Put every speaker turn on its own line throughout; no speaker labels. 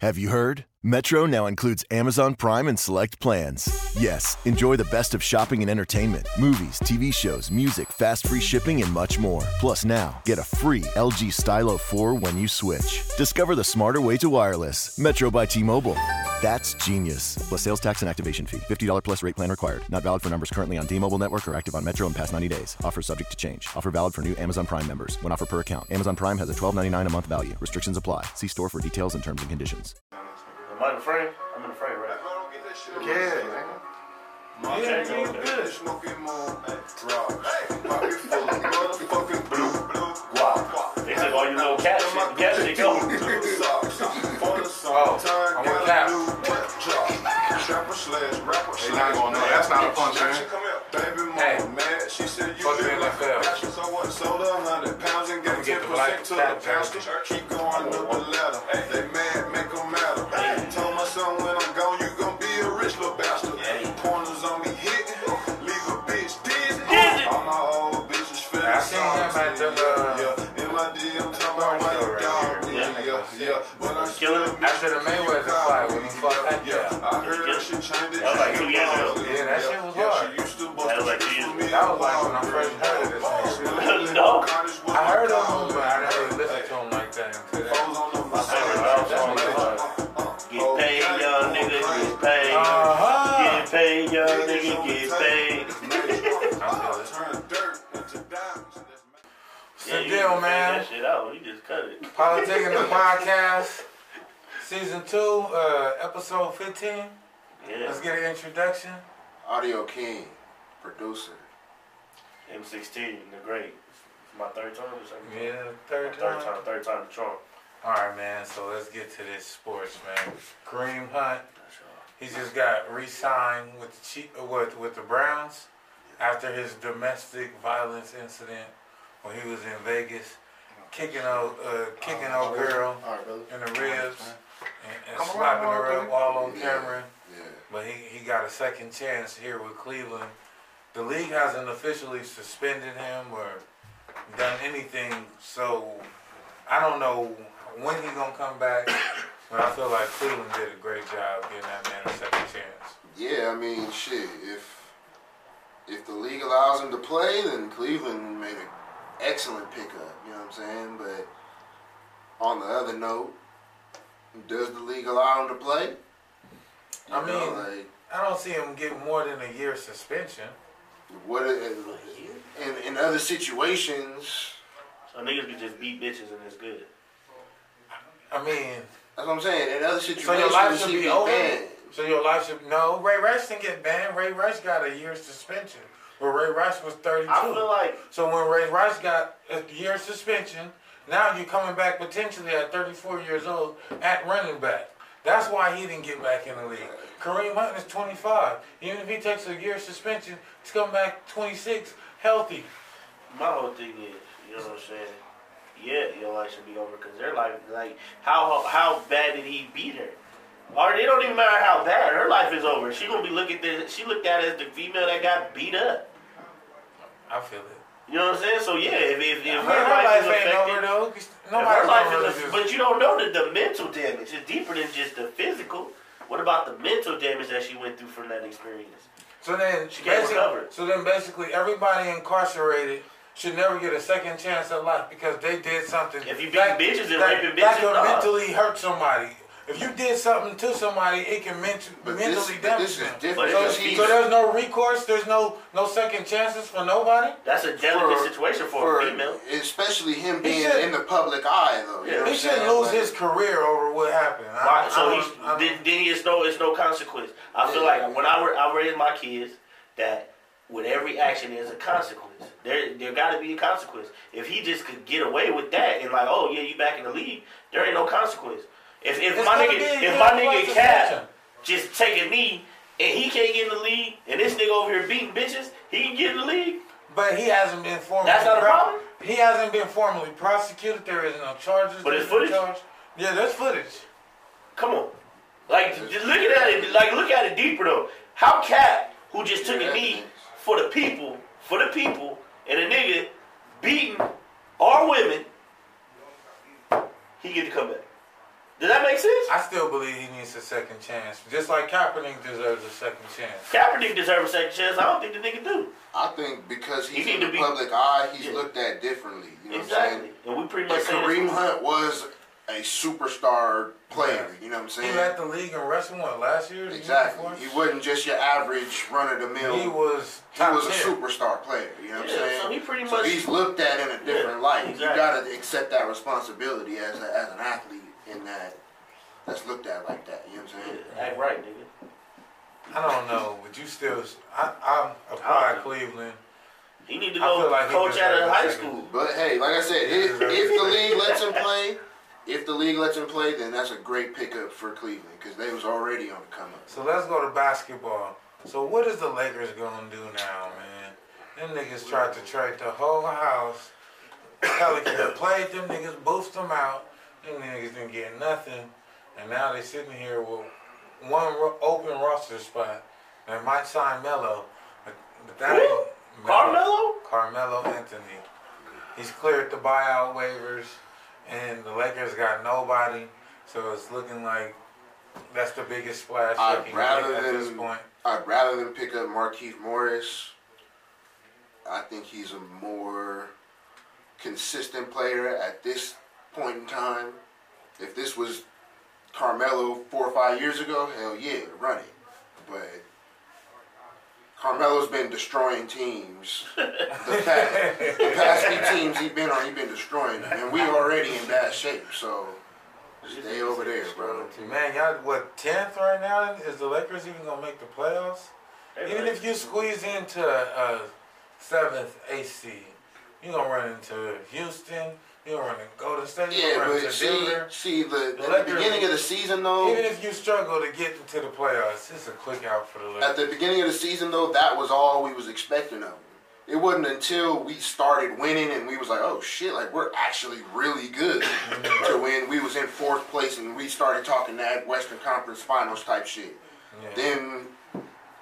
Have you heard? Metro now includes Amazon Prime and select plans. Yes, enjoy the best of shopping and entertainment, movies, TV shows, music, fast free shipping, and much more. Plus, now get a free LG Stylo 4 when you switch. Discover the smarter way to wireless. Metro by T Mobile. That's genius. Plus sales tax and activation fee. $50 plus rate plan required. Not valid for numbers currently on T Mobile network or active on Metro in past 90 days. Offer subject to change. Offer valid for new Amazon Prime members. When offer per account. Amazon Prime has a $12.99 a month value. Restrictions apply. See store for details and terms and conditions.
Am I in the frame? I'm in the frame, right?
Yeah,
My
yeah,
chain
you
going
ain't
there.
good. Smoking more drugs. Pocket full of motherfucking blue, blue guap.
They took all your "Oh, little cat shit and gas shit go.
Oh,
I want caps.
Trapper slash rapper
They not gonna know. That's not a punch, man.
She come here, baby mama
Hey.
mad. She said you
Fuck
been
the NFL.
fashion, so what? Sold a hundred pounds and got
I'ma get
ten
the
percent
life
to
back,
the pastor. Keep going up the ladder. They mad, make 'em matter. Told my son when I'm gone, you gon' be a rich little bastard. Pointers on me hitting, leave a bitch dizzy. All my old bitches feeling
I seen him at the, uh,
yeah. In my DM, tell my white
Barstool right
dog,
here.
yeah, yeah, yeah. But I'm
Killing
still
him.
After the Mayweather fight, when he fucked that
yeah,
down.
I heard that shit changed.
That was like two years ago.
Yeah, that shit was
yeah,
hard.
She used to bust
That was like
the
two years
shit
ago.
for me.
That was like when I first heard of this nigga.
No.
I heard of him, but I never listened to him like that until that.
Get paid, young nigga, get paid.
Uh-huh.
Get paid, young nigga, get paid.
It's the
you
deal,
can
man.
That shit out. You just cut it.
Politic in the podcast, season two, uh, episode 15.
Yeah.
Let's get an introduction.
Audio King, producer.
M16 in the grade. It's my third time or something.
Yeah, third
Third
time.
time, third time the charm.
All right, man. So let's get to this sports, man. Kareem Hunt. He just got re-signed with the Chief, uh, with with the Browns after his domestic violence incident when he was in Vegas, kicking a uh, kicking a girl in the ribs and, and slapping her up all on camera. But he, he got a second chance here with Cleveland. The league hasn't officially suspended him or done anything, so I don't know when he gonna come back. But I feel like Cleveland did a great job getting that man a second chance.
Yeah, I mean, shit. If if the league allows him to play, then Cleveland made an excellent pickup. You know what I'm saying? But on the other note, does the league allow him to play? You
I
know,
mean, I don't see him getting more than a year suspension.
like what? In in other situations,
So niggas can just beat bitches and it's good.
I mean,
that's what I'm saying. In other situations,
so your life should
he'd
be over.
banned.
So your life should no. Ray Rice didn't get banned. Ray Rice got a year suspension. But Ray Rice was thirty-two.
I feel like
So when Ray Rice got a year suspension, now you're coming back potentially at 34 years old at running back. That's why he didn't get back in the league. Kareem Hunt is 25. Even if he takes a year suspension, he's coming back 26 healthy.
my whole thing is, you know what I'm saying? Yeah, your life should be over because their life, like, how how bad did he beat her? Or it don't even matter how bad her life is over. She gonna be looking at this. She looked at as the female that got beat up.
I feel it.
You know what I'm saying? So yeah, if if, if
I
her,
mean, her
life
life
is
ain't
affected,
over though. 'cause
if her
Nobody's gonna
life is,
really
a,
just-
but you don't know that the mental damage is deeper than just the physical. What about the mental damage that she went through from that experience?
So then,
She can't
basic-
recover.
so then, basically, everybody incarcerated should never get a second chance at life because they did something.
If you beat
that-
bitches and
that-
raping
that
bitches,
could
nah.
mentally hurt somebody. If you did something to somebody, it can ment-
But
mentally
this, but
damage
this is
them.
different.
But it
because
just
he's-
so there's no recourse. There's no no second chances for nobody.
That's a delicate situation for, a female.
especially him being
should-
in the public eye, though. You know
Yeah.
what
He
I'm
shouldn't
saying?
lose
Like-
his career over what happened. I-
Right,
I
so
don't-
he's,
I
then,
don't-
then it's no it's no consequence. I feel
Yeah.
like when I ra- I raise my kids that with every action there's a consequence. There there got to be a consequence. If he just could get away with that and like oh yeah you back in the league there ain't no consequence. If if
It's
my
gonna
nigga
be a
if my
year plus
nigga Cap
suspension.
just taking me and he can't get in the league and this nigga over here beating bitches he can get in the league.
But he hasn't been formally.
That's not a
pro-
problem?
He hasn't been formally prosecuted. There is no charges.
But there's
there's no
footage?
charge. Yeah, there's footage.
Come on. Like, just look at it. Like, look at it deeper though. How Cap, who just took a knee for the people, for the people, and a nigga beating our women, he get to come back. Does that make sense?
I still believe he needs a second chance, just like Kaepernick deserves a second chance.
Kaepernick deserves a second chance. I don't think the nigga do.
I think because he's
You
in
need
the
to be-
public eye, he's
Yeah.
looked at differently. You know
Exactly. And we pretty
what
much
I'm
said
saying? And Kareem
this-
Hunt was a superstar player. You know what I'm
He
saying?
led the league in rushing what last year? The year
exactly.
before?
He wasn't just your average run of the mill.
He was
He
top
was a
tier.
superstar player. You know what
Yeah,
I'm saying?
so he pretty
So
much-
he's looked at in a different
Yeah,
light. You
exactly.
gotta accept that responsibility as a, as an athlete in that. That's looked at like that. You know what I'm saying?
Yeah, Act right, nigga.
I don't know, but you still, I, I'm applied Cleveland.
He need to
I
go
feel like he
coach out
deserves
of
a
high
second.
school.
But hey, like I said,
He
if,
deserves
if the league lets him play, if the league lets him play, then that's a great pickup for Cleveland because they was already on the come up.
So let's go to basketball. So what is the Lakers gonna do now, man? Them niggas tried to trade the whole house. Pelicans played them niggas, boofed them out. Them niggas didn't get nothing, and now they sitting here with one ro- open roster spot. They might sign Melo, but, but that
Who?
ain't
Carmelo?
Carmelo Anthony. He's cleared the buyout waivers, and the Lakers got nobody. So it's looking like that's the biggest splash they
I'd
can
rather
make at this
than
point.
I'd rather than pick up Markeith Morris. I think he's a more consistent player at this point in time. If this was Carmelo four or five years ago, hell yeah, run it. But Carmelo's been destroying teams. The past, the past few teams he's been on, he's been destroying them, and we already in bad shape. So stay over there, bro.
Man, y'all what tenth right now? Is the Lakers even gonna make the playoffs? Even if you squeeze into uh, seventh, eighth seed, you gonna run into Houston. You gonna run into Golden State. You
Yeah,
gonna run
but
into
see,
Denver.
see the, at the
Lakers-
beginning of the season though.
Even if you struggle to get into the playoffs, it's a quick out for the Lakers.
At the beginning of the season, though, that was all we was expecting of him. It wasn't until we started winning and we was like, oh shit, like we're actually really good. to when we was in fourth place and we started talking that Western Conference Finals type shit.
Yeah.
Then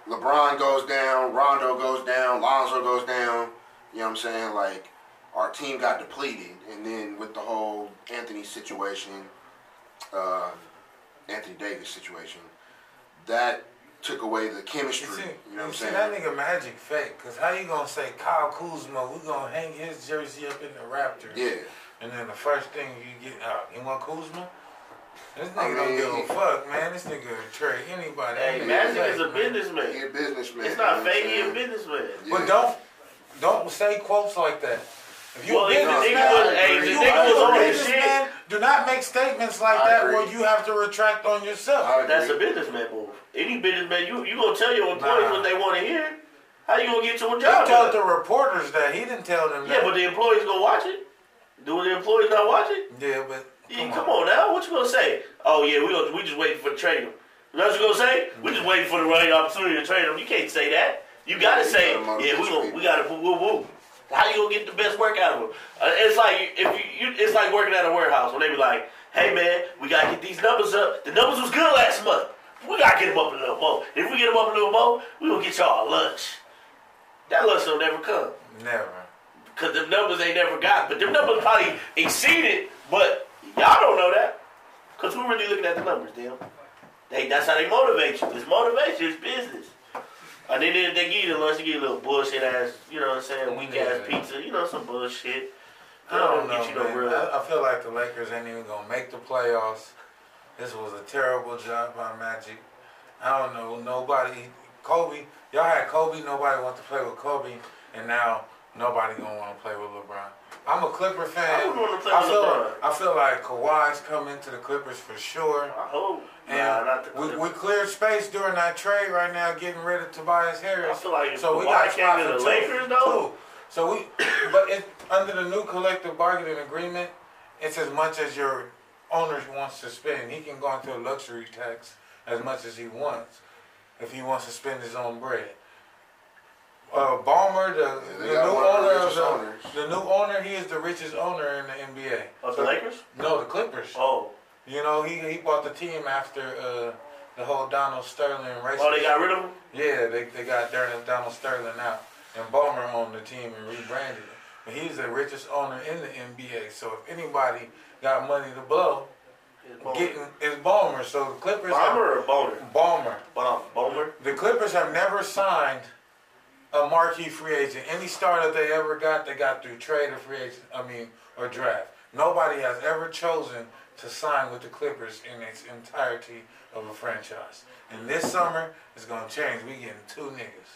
LeBron goes down, Rondo goes down, Lonzo goes down. You know what I'm saying? Like our team got depleted, and then with the whole Anthony situation, uh, Anthony Davis situation, that took away the
You
chemistry.
see,
you know what I'm
you see
saying?
that nigga Magic fake, cause how you gonna say Kyle Kuzma? We gonna hang his jersey up in the Raptors.
yeah.
And then the first thing you get out, you want Kuzma? This nigga
I
don't give a
mean-
fuck, man. This nigga will trade anybody.
Hey,
That nigga
Magic
fake,
is a
man.
He
businessman.
a businessman.
It's not
you know what I'm
fake, he a
saying?
businessman.
Yeah.
But don't don't say quotes like that. If you
Well,
a
if the
businessman,
nigga
was- hey, if the
you
nigga was
a
on
his
businessman, do not make statements like
I
that
agree.
where you have to retract on yourself.
I
That's a
agree.
businessman move. Any businessman, you you gonna tell your employees
Nah.
what they want to hear? How you gonna get your job?
He told
done?
the reporters that he didn't tell them
yeah,
that.
but the employees gonna watch it. Do the employees not watch it?
yeah, but
Yeah, come, on. now, what you gonna say? Oh yeah, we gonna, we just waiting for the trade him. That's what you gonna say? We just waiting for the right opportunity to trade him. You can't say that. You gotta
You
say,
gotta motivate
yeah, we gonna,
people.
we gotta woo woo woo. How you gonna get the best work out of him? Uh, it's like if you, you it's like working at a warehouse when they be like, hey man, we gotta get these numbers up. The numbers was good last month. We gotta get them up a little more. If we get them up a little more, we gonna get y'all lunch. That lunch will never come.
Never.
Cause them numbers they never got, but them numbers probably exceeded. But y'all don't know that, cause we're really looking at the numbers, damn. They that's how they motivate you. It's motivation. It's business. And then they, they give you the lunch, you get a little bullshit ass, you know what I'm saying? Weak ass
Yeah.
pizza, you know some bullshit.
I don't know,
Get you no
man.
real-
I, I feel like the Lakers ain't even gonna make the playoffs. This was a terrible job by Magic. I don't know. Nobody, Kobe. Y'all had Kobe. Nobody wants to play with Kobe, and now nobody gonna want to play with LeBron. I'm a Clipper fan.
I wouldn't wanna play
I
with
feel,
LeBron.
I feel like Kawhi's coming to the Clippers for sure.
I hope.
And
nah, not the
we, we cleared space during that trade right now, getting rid of Tobias Harris.
I feel like if
so
Kawhi
we got
came
spot
to
for
the
two-
Lakers, though-
two. So we, but it, under the new collective bargaining agreement, it's as much as your owner wants to spend. He can go into a luxury tax as much as he wants, if he wants to spend his own bread. Uh, Ballmer, the,
they
the new
got one of the
owner of
richest
the,
owners.
the new owner, he is the richest owner in the NBA.
of the Lakers.
No, the Clippers.
Oh,
You know, he he bought the team after uh, the whole Donald Sterling race.
oh, they got rid of him.
Yeah, they, they got Donald, Donald Sterling out, and Ballmer owned the team and rebranded it. But he's the richest owner in the NBA. So if anybody got money to blow,
It's Ballmer.
getting is Ballmer. So the Clippers have-
Bomber or Boner?
Ballmer.
Bom- Bomer?
The Clippers have never signed a marquee free agent. Any star that they ever got, they got through trade or free agent. I mean, or draft. Nobody has ever chosen to sign with the Clippers in its entirety of a franchise. And this summer is gonna change. We getting two niggas.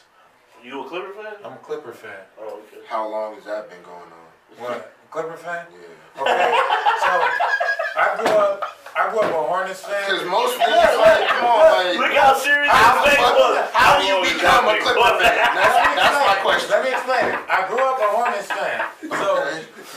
You a Clipper fan?
I'm a Clipper fan.
Oh, okay.
How long has that been going on?
What? Clipper fan?
Yeah.
Okay. So I grew up. I grew up a Hornets
Because
fan.
most people, like, come on,
Look
like,
how serious
how,
his face was.
fuck- how do you
long you
become
got
a
me?
Clipper fan? That's, that's my question.
Let me explain. it. I grew up a Hornets fan. So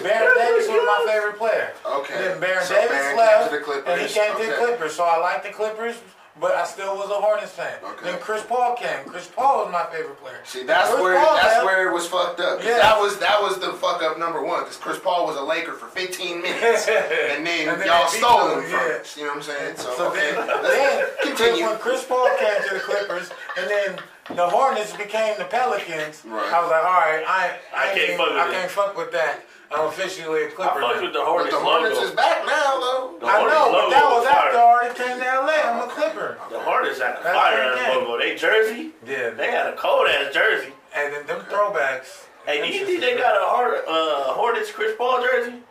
Baron Davis was my favorite player.
Okay.
And then Baron
So
Davis
Baron came
left,
to the Clippers.
and he came to the
Okay.
Clippers. So I liked the Clippers. But I still was a Hornets fan.
Okay.
Then Chris Paul came. Chris Paul was my favorite player.
See, that's
Chris
where
Paul
that's
left.
where it was fucked up. 'Cause
Yeah.
That was that was the fuck up number one. Because Chris Paul was a Laker for 15 minutes, and then,
And then
y'all
they beat
stole him
them,
from
yeah.
us. You know what I'm saying? So,
So
okay,
then,
let's
then
continue.
when Chris Paul came to the Clippers, and then the Hornets became the Pelicans,
Right.
I was like, all right, I I,
I can't
can't,
fuck with
I
it.
can't fuck with that. I'm officially a
I
Clipper.
fucked with the
now.
But
Hornets.
the Hornets
logo.
is back now, though.
The
I
Hornets
know, but
logo
that was after I
fire.
already came to LA. I'm a Clipper.
The Hornets had a
That's
fire
what it
ass
is.
logo. They jersey.
Yeah,
They had a cold ass jersey.
and then them throwbacks.
Hey, do you think they
Interesting.
got a Hor- uh, Hornets Chris Paul jersey?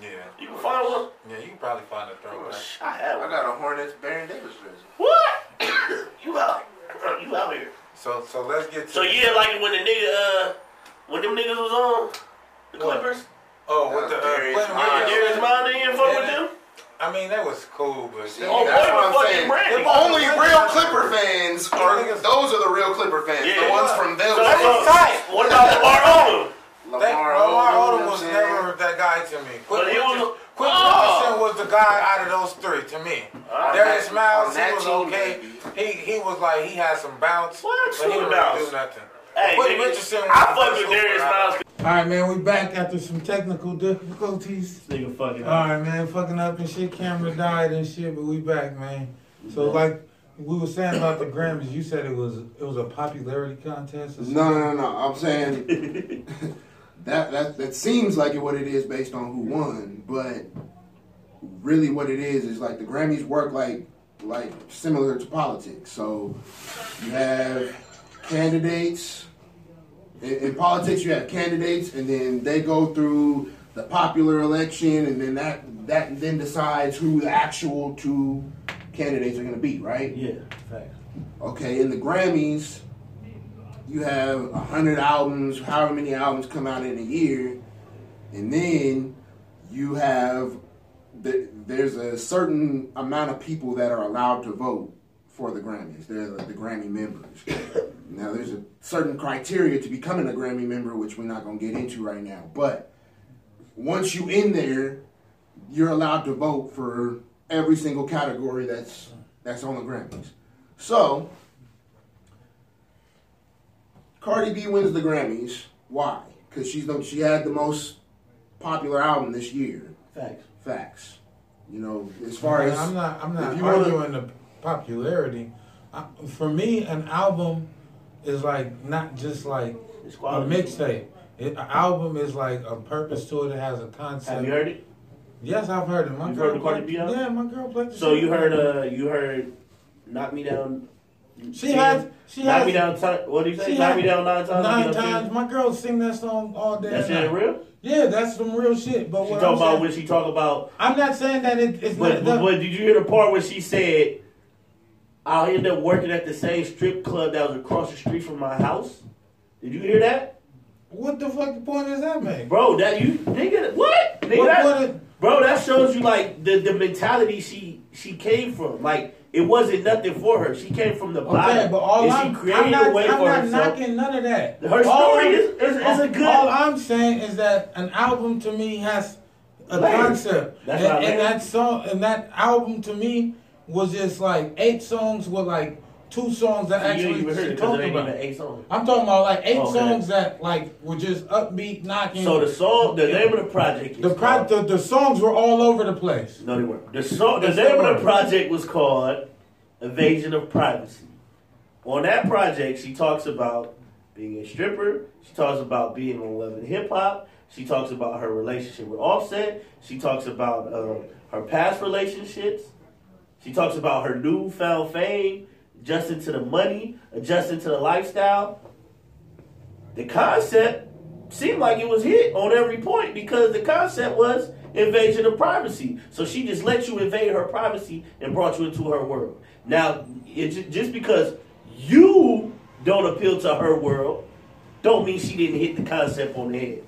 Yeah,
You can find one.
yeah, you can probably find a throwback.
I had
I
one.
got a Hornets Baron Davis jersey.
What? you out? You out here?
So, so let's get to.
So you didn't like it when the nigga, uh, when them niggas was on the
What?
Clippers?
oh, with the uh,
Darius
Clinton
Miles.
Williams.
Darius Miles didn't fuck with
Yeah.
them.
I mean, that was cool, but
See,
Oh,
that's
boy,
what I'm
fucking
saying.
Brandon.
The only real Clipper fans are
Niggas-
those are the real Clipper fans.
Yeah.
The ones from them.
So
That was
uh,
tight.
What about Lamar Odom?
That, Lamar, Odom
you know what I'm
was
saying?
never that guy to me. Quinn
But he was
Richardson
a-
Quinn
Oh!
Richardson was the guy out of those three to me.
Alright.
Darius
On
Miles, he
that
was
team,
okay.
baby.
He he was like he had some bounce,
What?
but he
What
didn't
bounce?
really do nothing.
Hey,
Quinn
nigga,
Richardson was
I
the
fucked
first
with Darius
one.
Miles.
All right, man, we back after some technical difficulties.
Nigga fucking.
All right, man, fucking up and shit. Camera died and shit, but we back, man. So like we were saying about the Grammys, you said it was it was a popularity contest. Or something?
No, no, no, no. I'm saying that that that seems like it what it is based on who won, but really what it is is like the Grammys work like like similar to politics. So you have candidates in, in politics. You have candidates, and then they go through the popular election, and then that that then decides who the actual two candidates are going to be, right?
Yeah, fact.
Okay, in the Grammys, you have a hundred albums, however many albums come out in a year, and then you have the, there's a certain amount of people that are allowed to vote for the Grammys. They're the, the Grammy members. now, there's a certain criteria to becoming a Grammy member, which we're not gonna get into right now. But once you in there, you're allowed to vote for every single category that's that's on the Grammys. So, Cardi B wins the Grammys. Why? Because she's the, she had the most popular album this year.
Facts.
Facts. You know, as far as
I'm not. I'm not
if you wanna-
arguing the popularity. I, for me, an album is like not just like
It's
a
quality.
mixtape. It- An album is like a purpose to it. It has a concept.
Have you heard it?
Yes, I've heard it. My
You've
girl
heard the Cardi
played-
B album?
Yeah, my girl played. The
So
shit.
you heard? Uh, you heard? Knock me down.
She has. She
knock
has.
me down. T- what do you say?
she
Knock
had-
me down nine times. knock me
Nine
down ten.
times. My girl sing that song all day.
That
and
shit
night.
real.
Yeah, that's some real shit. But
She
what
talking
I'm,
about
saying,
what she talk about.
I'm not saying that it, it's
But,
not.
but but did you hear the part where she said, "I'll end up working at the same strip club that was across the street from my house"? Did you hear that,
what the fuck the point is that, man?
bro? That you nigga what? Nigga,
What-
that,
what it-
bro, that shows you like the the mentality she she came from. Like it wasn't nothing for her. She came from the bottom.
Okay, but all
and
I'm,
she created
I'm not,
a way
I'm
for
not
herself.
knocking none of that.
Her
all,
story is- is- is a good-
All I'm saying is that an album to me has a
Layers.
concept,
That's
and,
what I
and
meant.
that song and that album to me was just like eight songs with like two songs that
you
actually
ain't even heard
she
it 'cause
talked
it ain't
about.
even an A song.
I'm talking about like eight
Okay.
songs that like were just upbeat, knocking.
So the song, the name of the project. Is
the, pro-
called-
the the songs were all over the place.
No, they weren't. The song, the
Yes, they
name of
were.
the project was called "Invasion of Privacy." On that project, she talks about being a stripper. She talks about being on Love and Hip Hop. She talks about her relationship with Offset. She talks about uh, her past relationships. She talks about her newfound fame, adjusting to the money, adjusting to the lifestyle. The concept seemed like it was hit on every point because the concept was invasion of privacy. So she just let you invade her privacy and brought you into her world. Now, it, ju- just because you don't appeal to her world, don't mean she didn't hit the concept on the head.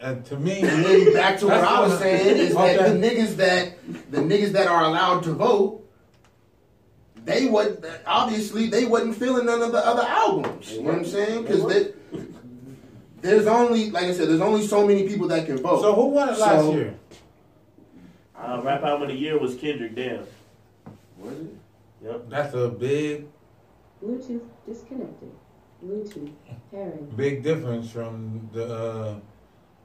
And to me,
Then back to what
That's
I was
what-
saying is that
okay.
the niggas that the niggas that are allowed to vote, they would obviously they wasn't feeling none of the other albums. You know what I'm saying? Because there's only like I said, there's only so many people that can vote.
so who won it last
So-
year?
Uh, rap album of the year was Kendrick Damn.
Was it?
Yep.
That's a big,
Bluetooth disconnected. Bluetooth pairing.
big difference from the uh,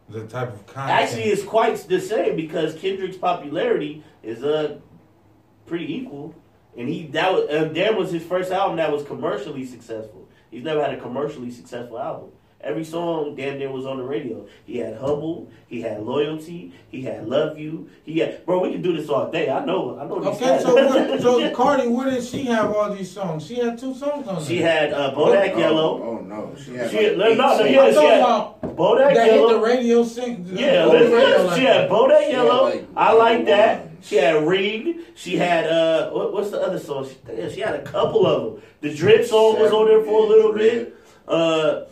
the type of content.
Actually, it's quite the same because Kendrick's popularity is uh pretty equal, and he that was, uh, Damn was his first album that was commercially successful. He's never had a commercially successful album. Every song damn near was on the radio. He had humble, he had loyalty, he had love you, he had bro. We can do this all day. I know, I know. these
okay. So
stats.
what, so Cardi, where did she have all these songs? She had two songs on
she
there.
had uh, Bodak
Oh,
Yellow.
Oh no, she had.
She
like
had, no, no, no,
18.
yeah,
I'm
she
talking
had
about
Bodak
that hit the
Yellow.
radio sing.
Yeah,
the
let's-
radio like
she had
that.
Bodak
She had,
Yellow.
like,
I like that.
one.
She had Ring. She had uh, what, what's the other song? She, yeah, she had a couple of them. The Drip song was on there for a little bit. Uh,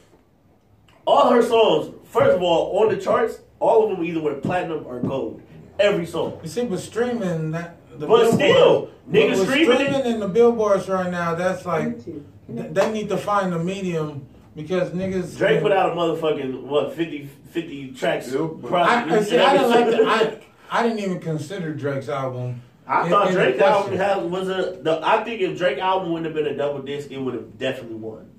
all her songs, first of all, on the charts, all of them either went platinum or gold. Every song.
You see, but streaming that. The
But still,
Billboard-
niggas
but with
streaming it-
streaming in the billboards right now. That's like
Bluetooth
th-
connected.
they need to find a medium because niggas.
Drake put out a motherfucking what 50, 50 tracks.
Yeah, but-
I, I,
probably.
see, I didn't like. The, I, I didn't even consider Drake's album.
I
in-
thought
in the
Drake
question.
album had, was a. The, I think if Drake album wouldn't have been a double disc, it would have definitely won.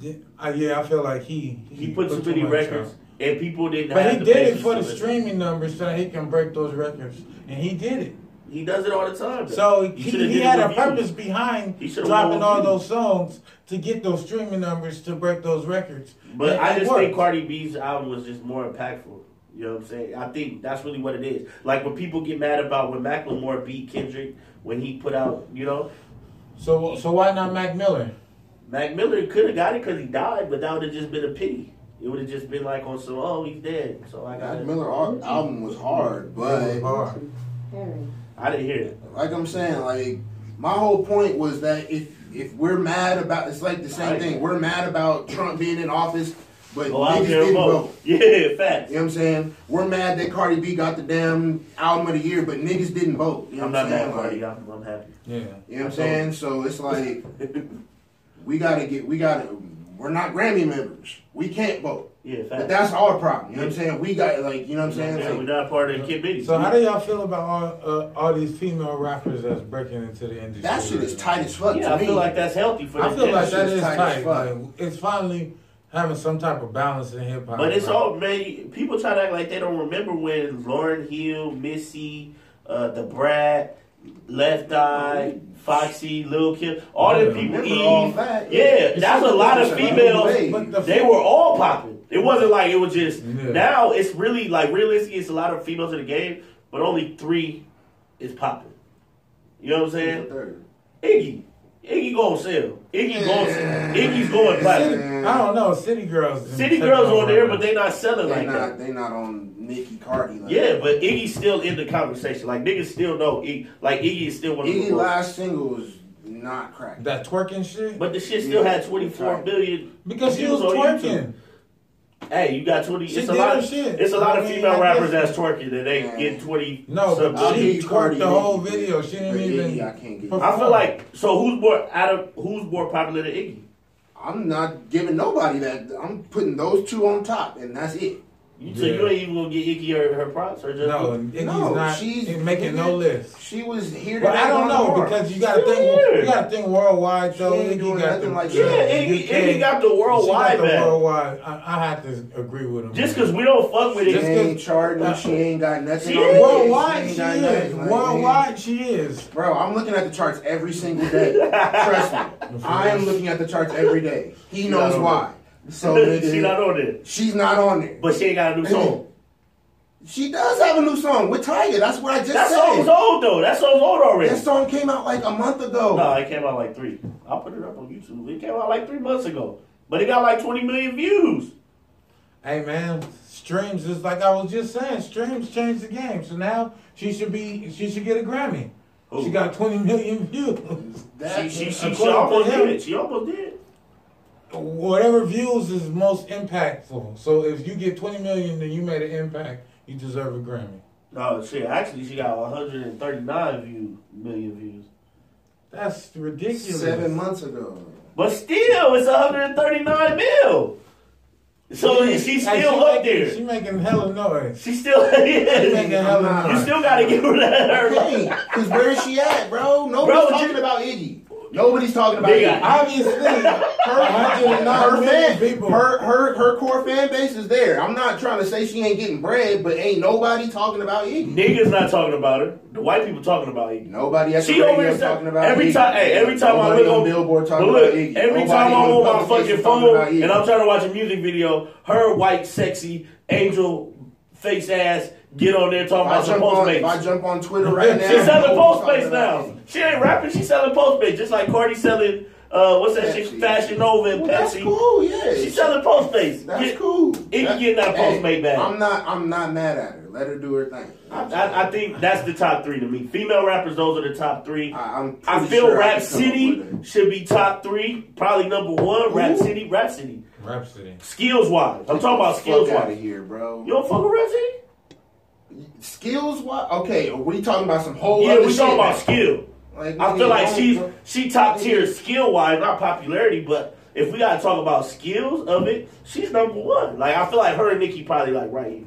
Yeah, I, yeah, I feel like he
He put too
too
many
much
records,
out.
and people didn't.
But
have
he
the
did it
patience
for
to
the
listen.
streaming numbers so that he can break those records, and he did it.
He does it all the time. though.
So
You
he,
should've
he
did
had a
reviews.
purpose behind
He should've
dropping
won
all
reviews.
those songs to get those streaming numbers to break those records.
But
And
I
it
just
worked.
think Cardi B's album was just more impactful. You know what I'm saying? I think that's really what it is. Like when people get mad about when Macklemore beat Kendrick when he put out, you know,
So so why not Mac Miller?
Mac Miller could have got it because he died, but that would have just been a pity. It would have just been like on some, oh, he's dead, so I got
Mac
it.
Miller al- album was hard, but
Hard.
Pairing.
I didn't hear it.
like I'm saying, like my whole point was that if if we're mad about it's like the same
Right.
thing. We're mad about Trump being in office, but
Go
niggas
out there
didn't
and
vote.
vote. Yeah, facts.
You know what I'm saying? We're mad that Cardi B got the damn album of the year, but niggas didn't vote. You know
I'm
what
not
I'm
mad
saying?
at Cardi.
Like,
I'm, I'm happy.
Yeah.
you know what I'm saying? So it's like we gotta get we gotta we're not Grammy members. We can't vote.
Yeah, facts.
But that's our problem. You know what I'm saying? We got like you know what I'm
Yeah, we're
saying? Like,
not part of the committee.
So how do y'all feel about all uh, all these female rappers that's breaking into the industry?
that shit is tight as fuck
Yeah,
to
I
me.
feel like that's healthy for the
I feel like
industry.
that is
Tight as
tight.
fuck.
Like, it's finally having some type of balance in hip hop.
But it's all made. People try to act like they don't remember when Lauren Hill, Missy, uh, the Brat, Left Eye, Foxy, Lil Kim, all
Yeah,
them people.
remember all
Eve,
that.
yeah,
It's
that's a
just-
lot
it's
of
just a
females.
way.
But the
They were all popping. It wasn't like it was just.
Yeah.
Now it's really like realistically, it's a lot of females in the game, but only three is popping. You know what I'm saying? Iggy, Iggy gonna sell. Iggy gonna sell. Iggy's going
City,
platinum.
I don't know. City girls. didn't
City
take
girls
over
on there,
like
but
that.
they not selling
They
like that.
not they not on Nicki Cardi. Like,
Yeah, but Iggy's still in the conversation. Like niggas still know Iggy. Like Iggy is still one of the
Iggy
most-
last single was not crack.
that twerking shit.
But the shit still
Yeah.
had 24
Right.
billion.
because she was
views on YouTube.
twerking.
Hey, you got 20.
She
It's a
did
lot.
her
Of,
shit.
it's a lot of
I mean,
female
I
rappers
guess-
that's twerking that they get 20.
No,
some-
but
I'll
she
give you Cardi
twerked the whole
Nicki,
video. She
but
didn't
Iggy,
even.
I can't give you.
perform.
I feel like so. Who's more out of who's more popular than Iggy?
I'm not giving nobody that. I'm putting those two on top, and that's it.
You so you
Yeah.
ain't even gonna get Iggy her, her props or just
No, Iggy's
No,
not
she's-
making no list.
She was here.
Well,
today
I don't
on the
know
bar.
because you gotta
Still
think
weird.
you gotta think worldwide though.
ain't
Iggy
doing
got
nothing
the-
like that.
yeah, Iggy,
UK,
Iggy got the
she got
worldwide
the
back.
worldwide. I, I have to agree with him.
Just because we don't fuck with
She
Just
it.
ain't
'cause-
charting.
uh,
she ain't got nothing.
She
on
is.
it,
worldwide,
ain't
she
got
is.
nothing, like, man.
Worldwide, she is.
Bro, I'm looking at the charts every single day. Trust me, I am looking at the charts every day. He knows why. So
she
nigga,
not on there.
she's not on there.
But she ain't got a new song.
She does have a new song with Tiger. That's what I just
That
said.
song's old though. That song's old already.
That song came out like a month ago.
No, it came out like three. I put it up on YouTube. It came out like three months ago. But it got like 20 million views.
Hey man, streams is like I was just saying. Streams change the game. So now she should be. She should get a Grammy.
Who?
She got 20 million views.
She, she, she, she
According to
almost
him.
did it. She almost did.
Whatever views is most impactful. So if you get 20 million, then you made an impact. You deserve a Grammy.
No, shit. Actually, she got 139 view, million views.
That's ridiculous.
Seven months ago.
But still, it's 139 mil. So
Hey,
Oh, she's still
hey, she
up
making-
there.
She making hella noise.
She's still,
She making
yeah.
hella
not-
You
noise.
still gotta give her that. Her.
Hey, cause where is she at, bro? Nobody's
Bro,
talking
you-
about Iggy. Nobody's talking about
Big
Iggy.
Eye.
Obviously, her,
Her fan,
people.
her her her core fan base is there. I'm not trying to say she ain't getting bread, but ain't nobody talking about Iggy.
Niggas not talking about her. The white people talking about it.
Nobody at the
She over
radio
here
talking about
every
Iggy.
time. Hey, every time
Nobody
I look
on
on
Billboard talking
but look,
about Iggy.
Every
Nobody
time I'm
on
on my
publication
fucking
talking
phone
about Iggy.
and I'm trying to watch a music video, her white sexy angel face ass get on there talking
If I
about some
jump on, if I
postmates.
jump on Twitter right now,
She's selling
nobody's talking
postmates
about
now.
Iggy.
She ain't rapping. She's selling postmates just like Cardi selling. Uh, what's that shit?
Pepsi.
Fashion Nova and
Well, that's
Pepsi.
cool, yeah.
She's selling postmates.
That's
Get-
cool.
Iggy getting that Postmate bag.
I'm not. I'm not mad at her. Let her do her thing.
I, I think that's the top three to me. Female rappers, those are the top three.
I- I'm
I
pretty
feel
sure I
Rap
could come up
City
with it.
should be top three, probably number one. Rap
Who?
City, Rap City.
Rhapsody.
Skills wise, I'm talking about
Fuck
skills
outta
wise.
here, bro.
You don't fuck with Rap City?
skills wise, okay. Are we talking about some whole?
Yeah,
other
we
shit?
talking about skill.
Like,
I feel
Oh, nigga,
like
don't-
she's she top tier skill wise, not popularity, but if we gotta talk about skills of it, she's number one. Like I feel like her and Nicki probably like right here,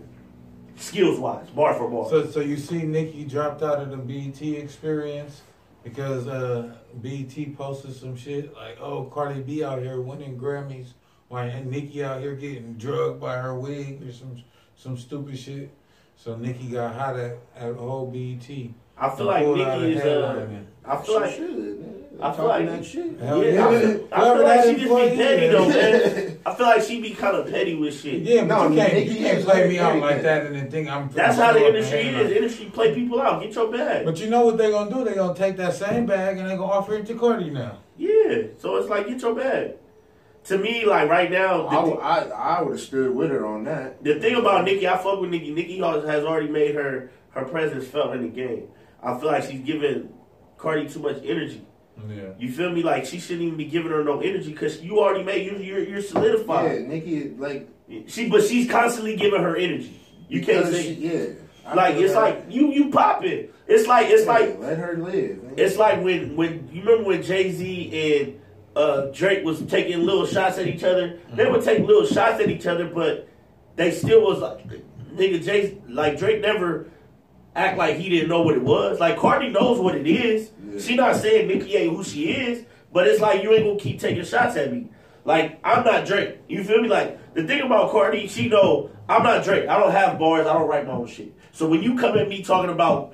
skills wise, bar for bar.
So, so you see, Nikki dropped out of the BT experience because uh, BT posted some shit like, "Oh, Cardi B out here winning Grammys, why and Nikki out here getting drugged by her wig or some some stupid shit." So Nikki got hot at at whole E BT.
I feel like
Pulled out
Nicki
a
is. Uh,
headliner.
I feel
She
like.
should.
I
I
feel
feel
like-
that shit.
Hell
yeah, I
yeah.
feel- I feel
Whoever
like
that
she just be
employee
petty
is.
though, man. I feel like she be kind of petty with shit.
Yeah, but
No,
you can't,
Nicki
you can't
is
play
very
me out
good.
like that and then think I'm.
That's how the
I'm
industry
a
is.
headliner.
The industry play people out. Get your bag.
But you know what they're gonna do? They're gonna take that same bag and they're gonna offer it to Cardi now.
yeah. So it's like get your bag. To me, like right now,
I,
the,
w- I, I would have stood with her on that.
the thing about Nikki, I fuck with Nikki. Nikki has has already made her her presence felt in the game. I feel like she's giving Cardi too much energy.
Yeah.
You feel me? Like she shouldn't even be giving her no energy because you already made you you're, you're
Yeah,
solidified.
Nikki, like
She but she's constantly giving her energy. You can't
because
say
she- yeah. I
Like
feel
it's
that.
like you you popping. It's like it's
Yeah,
like
let her live. man.
it's like when when you remember when Jay Z and uh, Drake was taking little shots at each other. They would take little shots at each other, but they still was like nigga Jay like Drake never act like he didn't know what it was. Like Cardi knows what it is. She not saying Nicki ain't who she is, but it's like you ain't gonna keep taking shots at me. Like I'm not Drake. You feel me? Like the thing about Cardi, she know I'm not Drake. I don't have bars. I don't write my own shit. So when you come at me talking about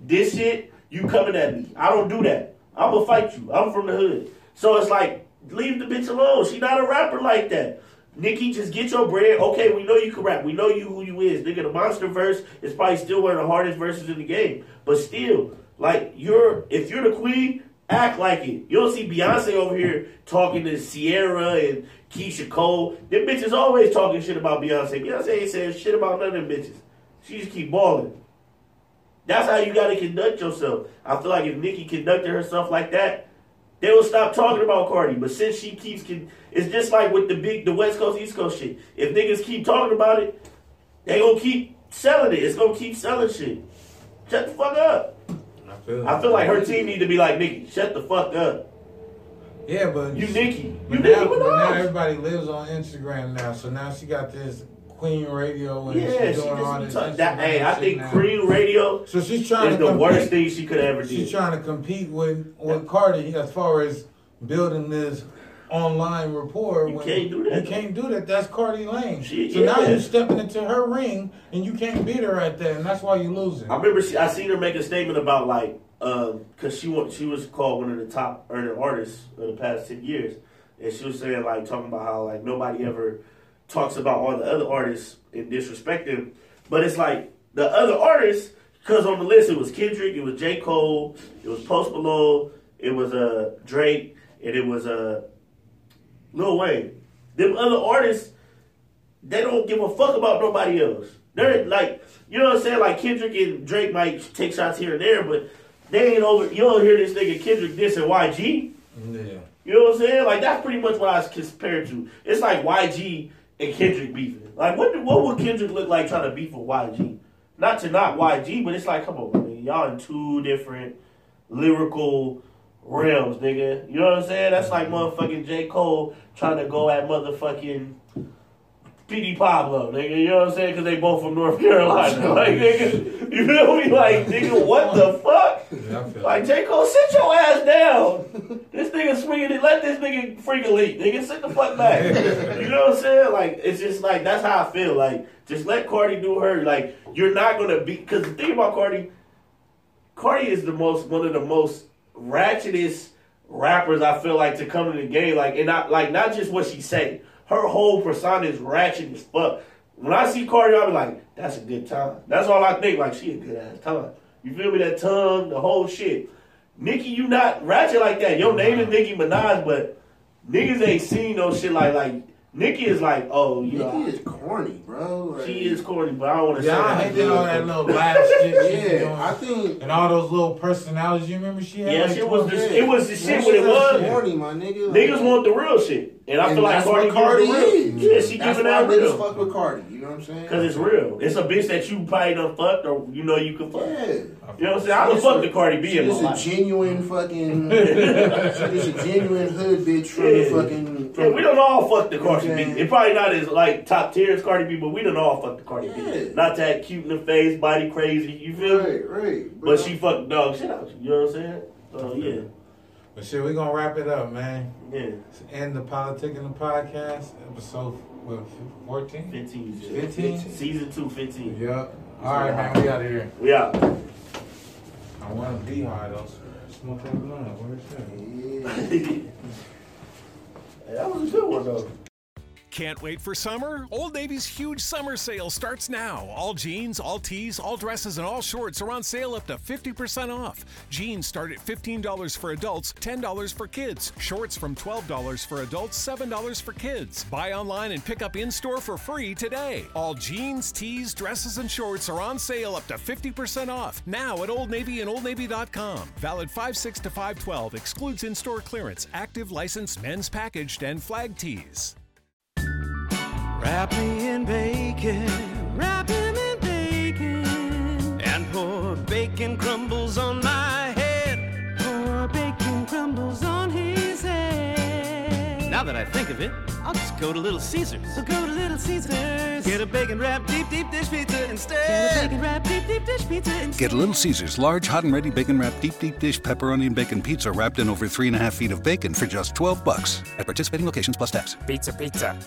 this shit, you coming at me. I don't do that. I'm gonna fight you. I'm from the hood. So it's like leave the bitch alone. She not a rapper like that. Nikki, just get your bread. Okay, we know you can rap. We know you who you is. Nigga, the monster verse is probably still one of the hardest verses in the game. But still, like you're if you're the queen, act like it. You don't see Beyonce over here talking to Sierra and Keisha Cole. Them bitches always talking shit about Beyonce. Beyonce ain't saying shit about none of them bitches. She just keep balling. That's how you gotta conduct yourself. I feel like if Nikki conducted herself like that, they will stop talking about Cardi. But since she keeps, con- it's just like with the big, the West Coast East Coast shit. If niggas keep talking about it, they gonna keep selling it. It's gonna keep selling shit. Shut the fuck up.
I feel.
I feel like her team need to be like Nikki. Shut the fuck up.
Yeah, but
You Nikki. You
But
Nikki
now, but now
Minaj.
everybody lives on Instagram now, so now she got this Queen Radio and
Yeah, she
she's doing
just
all
be
this.
talking. That,
Instagram
hey, I
shit
think
now.
Cream Radio
So she's trying
is
to
the
compete,
worst thing she could ever do.
She's trying to compete with with Cardi as far as building this online rapport.
You
when-
can't do that,
You can't do that. That's Cardi Lane.
She-
so now
yeah.
you're stepping into her ring and you can't beat her at that, and that's why you lose it.
I remember she, I seen her make a statement about um, like because she wa- she was called one of the top earning artists of the past ten years, and she was saying like talking about how like nobody ever talks about all the other artists and disrespect them, but it's like the other artists because on the list it was Kendrick, it was J Cole, it was Post Malone, it was uh Drake, and it was uh Lil Wayne. Them other artists, they don't give a fuck about nobody else. They're like, you know what I'm saying? Like Kendrick and Drake might take shots here and there, but they ain't over. You don't hear this nigga Kendrick this and YG.
Yeah.
You know what I'm saying? Like that's pretty much what I was compared to. It's like YG and Kendrick beefing. Like what what would Kendrick look like trying to beef with YG? Not to not YG, but it's like come on, man. y'all in two different lyrical realms, nigga. You know what I'm saying? That's like motherfucking J Cole trying to go at motherfucking. PD Pablo, nigga, you know what I'm saying? Because they both from North Carolina. Like, nigga, you feel me? Like, nigga, what the fuck?
Yeah, I feel
Like
it.
J. Cole, sit your ass down. this nigga swinging it. Let this nigga freak elite. Nigga, sit the fuck back. you know what I'm saying? Like it's just like that's how I feel. Like just let Cardi do her. Like you're not gonna be. Because the thing about Cardi, Cardi is the most one of the most ratchetest rappers I feel like to come in the game. Like and not like not just what she say. Her whole persona is ratchet as fuck. When I see Cardi, I be like, that's a good time. That's all I think. Like she a good ass time. You feel me? That tongue, the whole shit. Nicki, you not ratchet like that. Your name is Nicki Minaj, but niggas ain't seen no shit like like Nicki is like, oh, you
Nicki
know,
is corny, bro. Like,
she is corny, but I don't want to
Yeah, I
say that.
hated all that little laugh shit. she was
Yeah,
doing.
I think.
and all those little personalities. You remember she had?
Yeah,
like
she was
12?
just- it was the shit
That
what it
shit's
was.
Corny, my nigga. Like,
Niggas want the real shit, and I
and
feel like
that's what
Cardi,
Cardi
gives the real. Yeah,
is.
she
that's
giving
why
out
niggas
real
fuck with Cardi. You know what I'm saying?
because it's real. It's a bitch that you probably done fucked or you know you can fuck.
Yeah.
You know what I'm saying? I done fucked the Cardi B in my
It's a
life.
genuine fucking. It's a genuine hood bitch from the
Yeah.
fucking.
Yeah,
From
we don't all fuck the Cardi
Okay.
B. It probably not as like top tier as Cardi B, but we don't all fuck the Cardi
Yeah.
B. Not that cute in the face, body crazy. You feel me?
Right, right.
But she fucked dog shit out. you, You know what I'm saying? So yeah,
But shit, we gonna wrap it up, man.
yeah,
End the politic in the podcast episode what, 14?
fifteen. yeah.
15?
Season two, fifteen.
Yep. All right, man, we out of here.
We out.
I want to be high though. Smoke that blunt. What is that?
Hey, that was a good one though.
Can't wait for summer? Old Navy's huge summer sale starts now. All jeans, all tees, all dresses, and all shorts are on sale up to 50% off. Jeans start at $15 for adults, $10 for kids. Shorts from $12 for adults, $7 for kids. Buy online and pick up in store for free today. All jeans, tees, dresses, and shorts are on sale up to 50% off now at Old Navy and OldNavy.com. Valid 56 to 512 excludes in store clearance, active licensed men's packaged and flag tees.
Wrap me in bacon, wrap him in bacon, and pour bacon crumbles on my head. Pour bacon crumbles on his head. Now that I think of it, I'll just go to Little Caesars. I'll go to Little Caesars. Get a bacon wrap deep deep dish pizza instead. Get a bacon wrap deep deep dish pizza instead.
Get Little Caesar's large, hot and ready bacon wrap, deep, deep dish, pepperoni and bacon pizza wrapped in over three and a half feet of bacon for just 12 bucks at participating locations plus tax.
pizza pizza.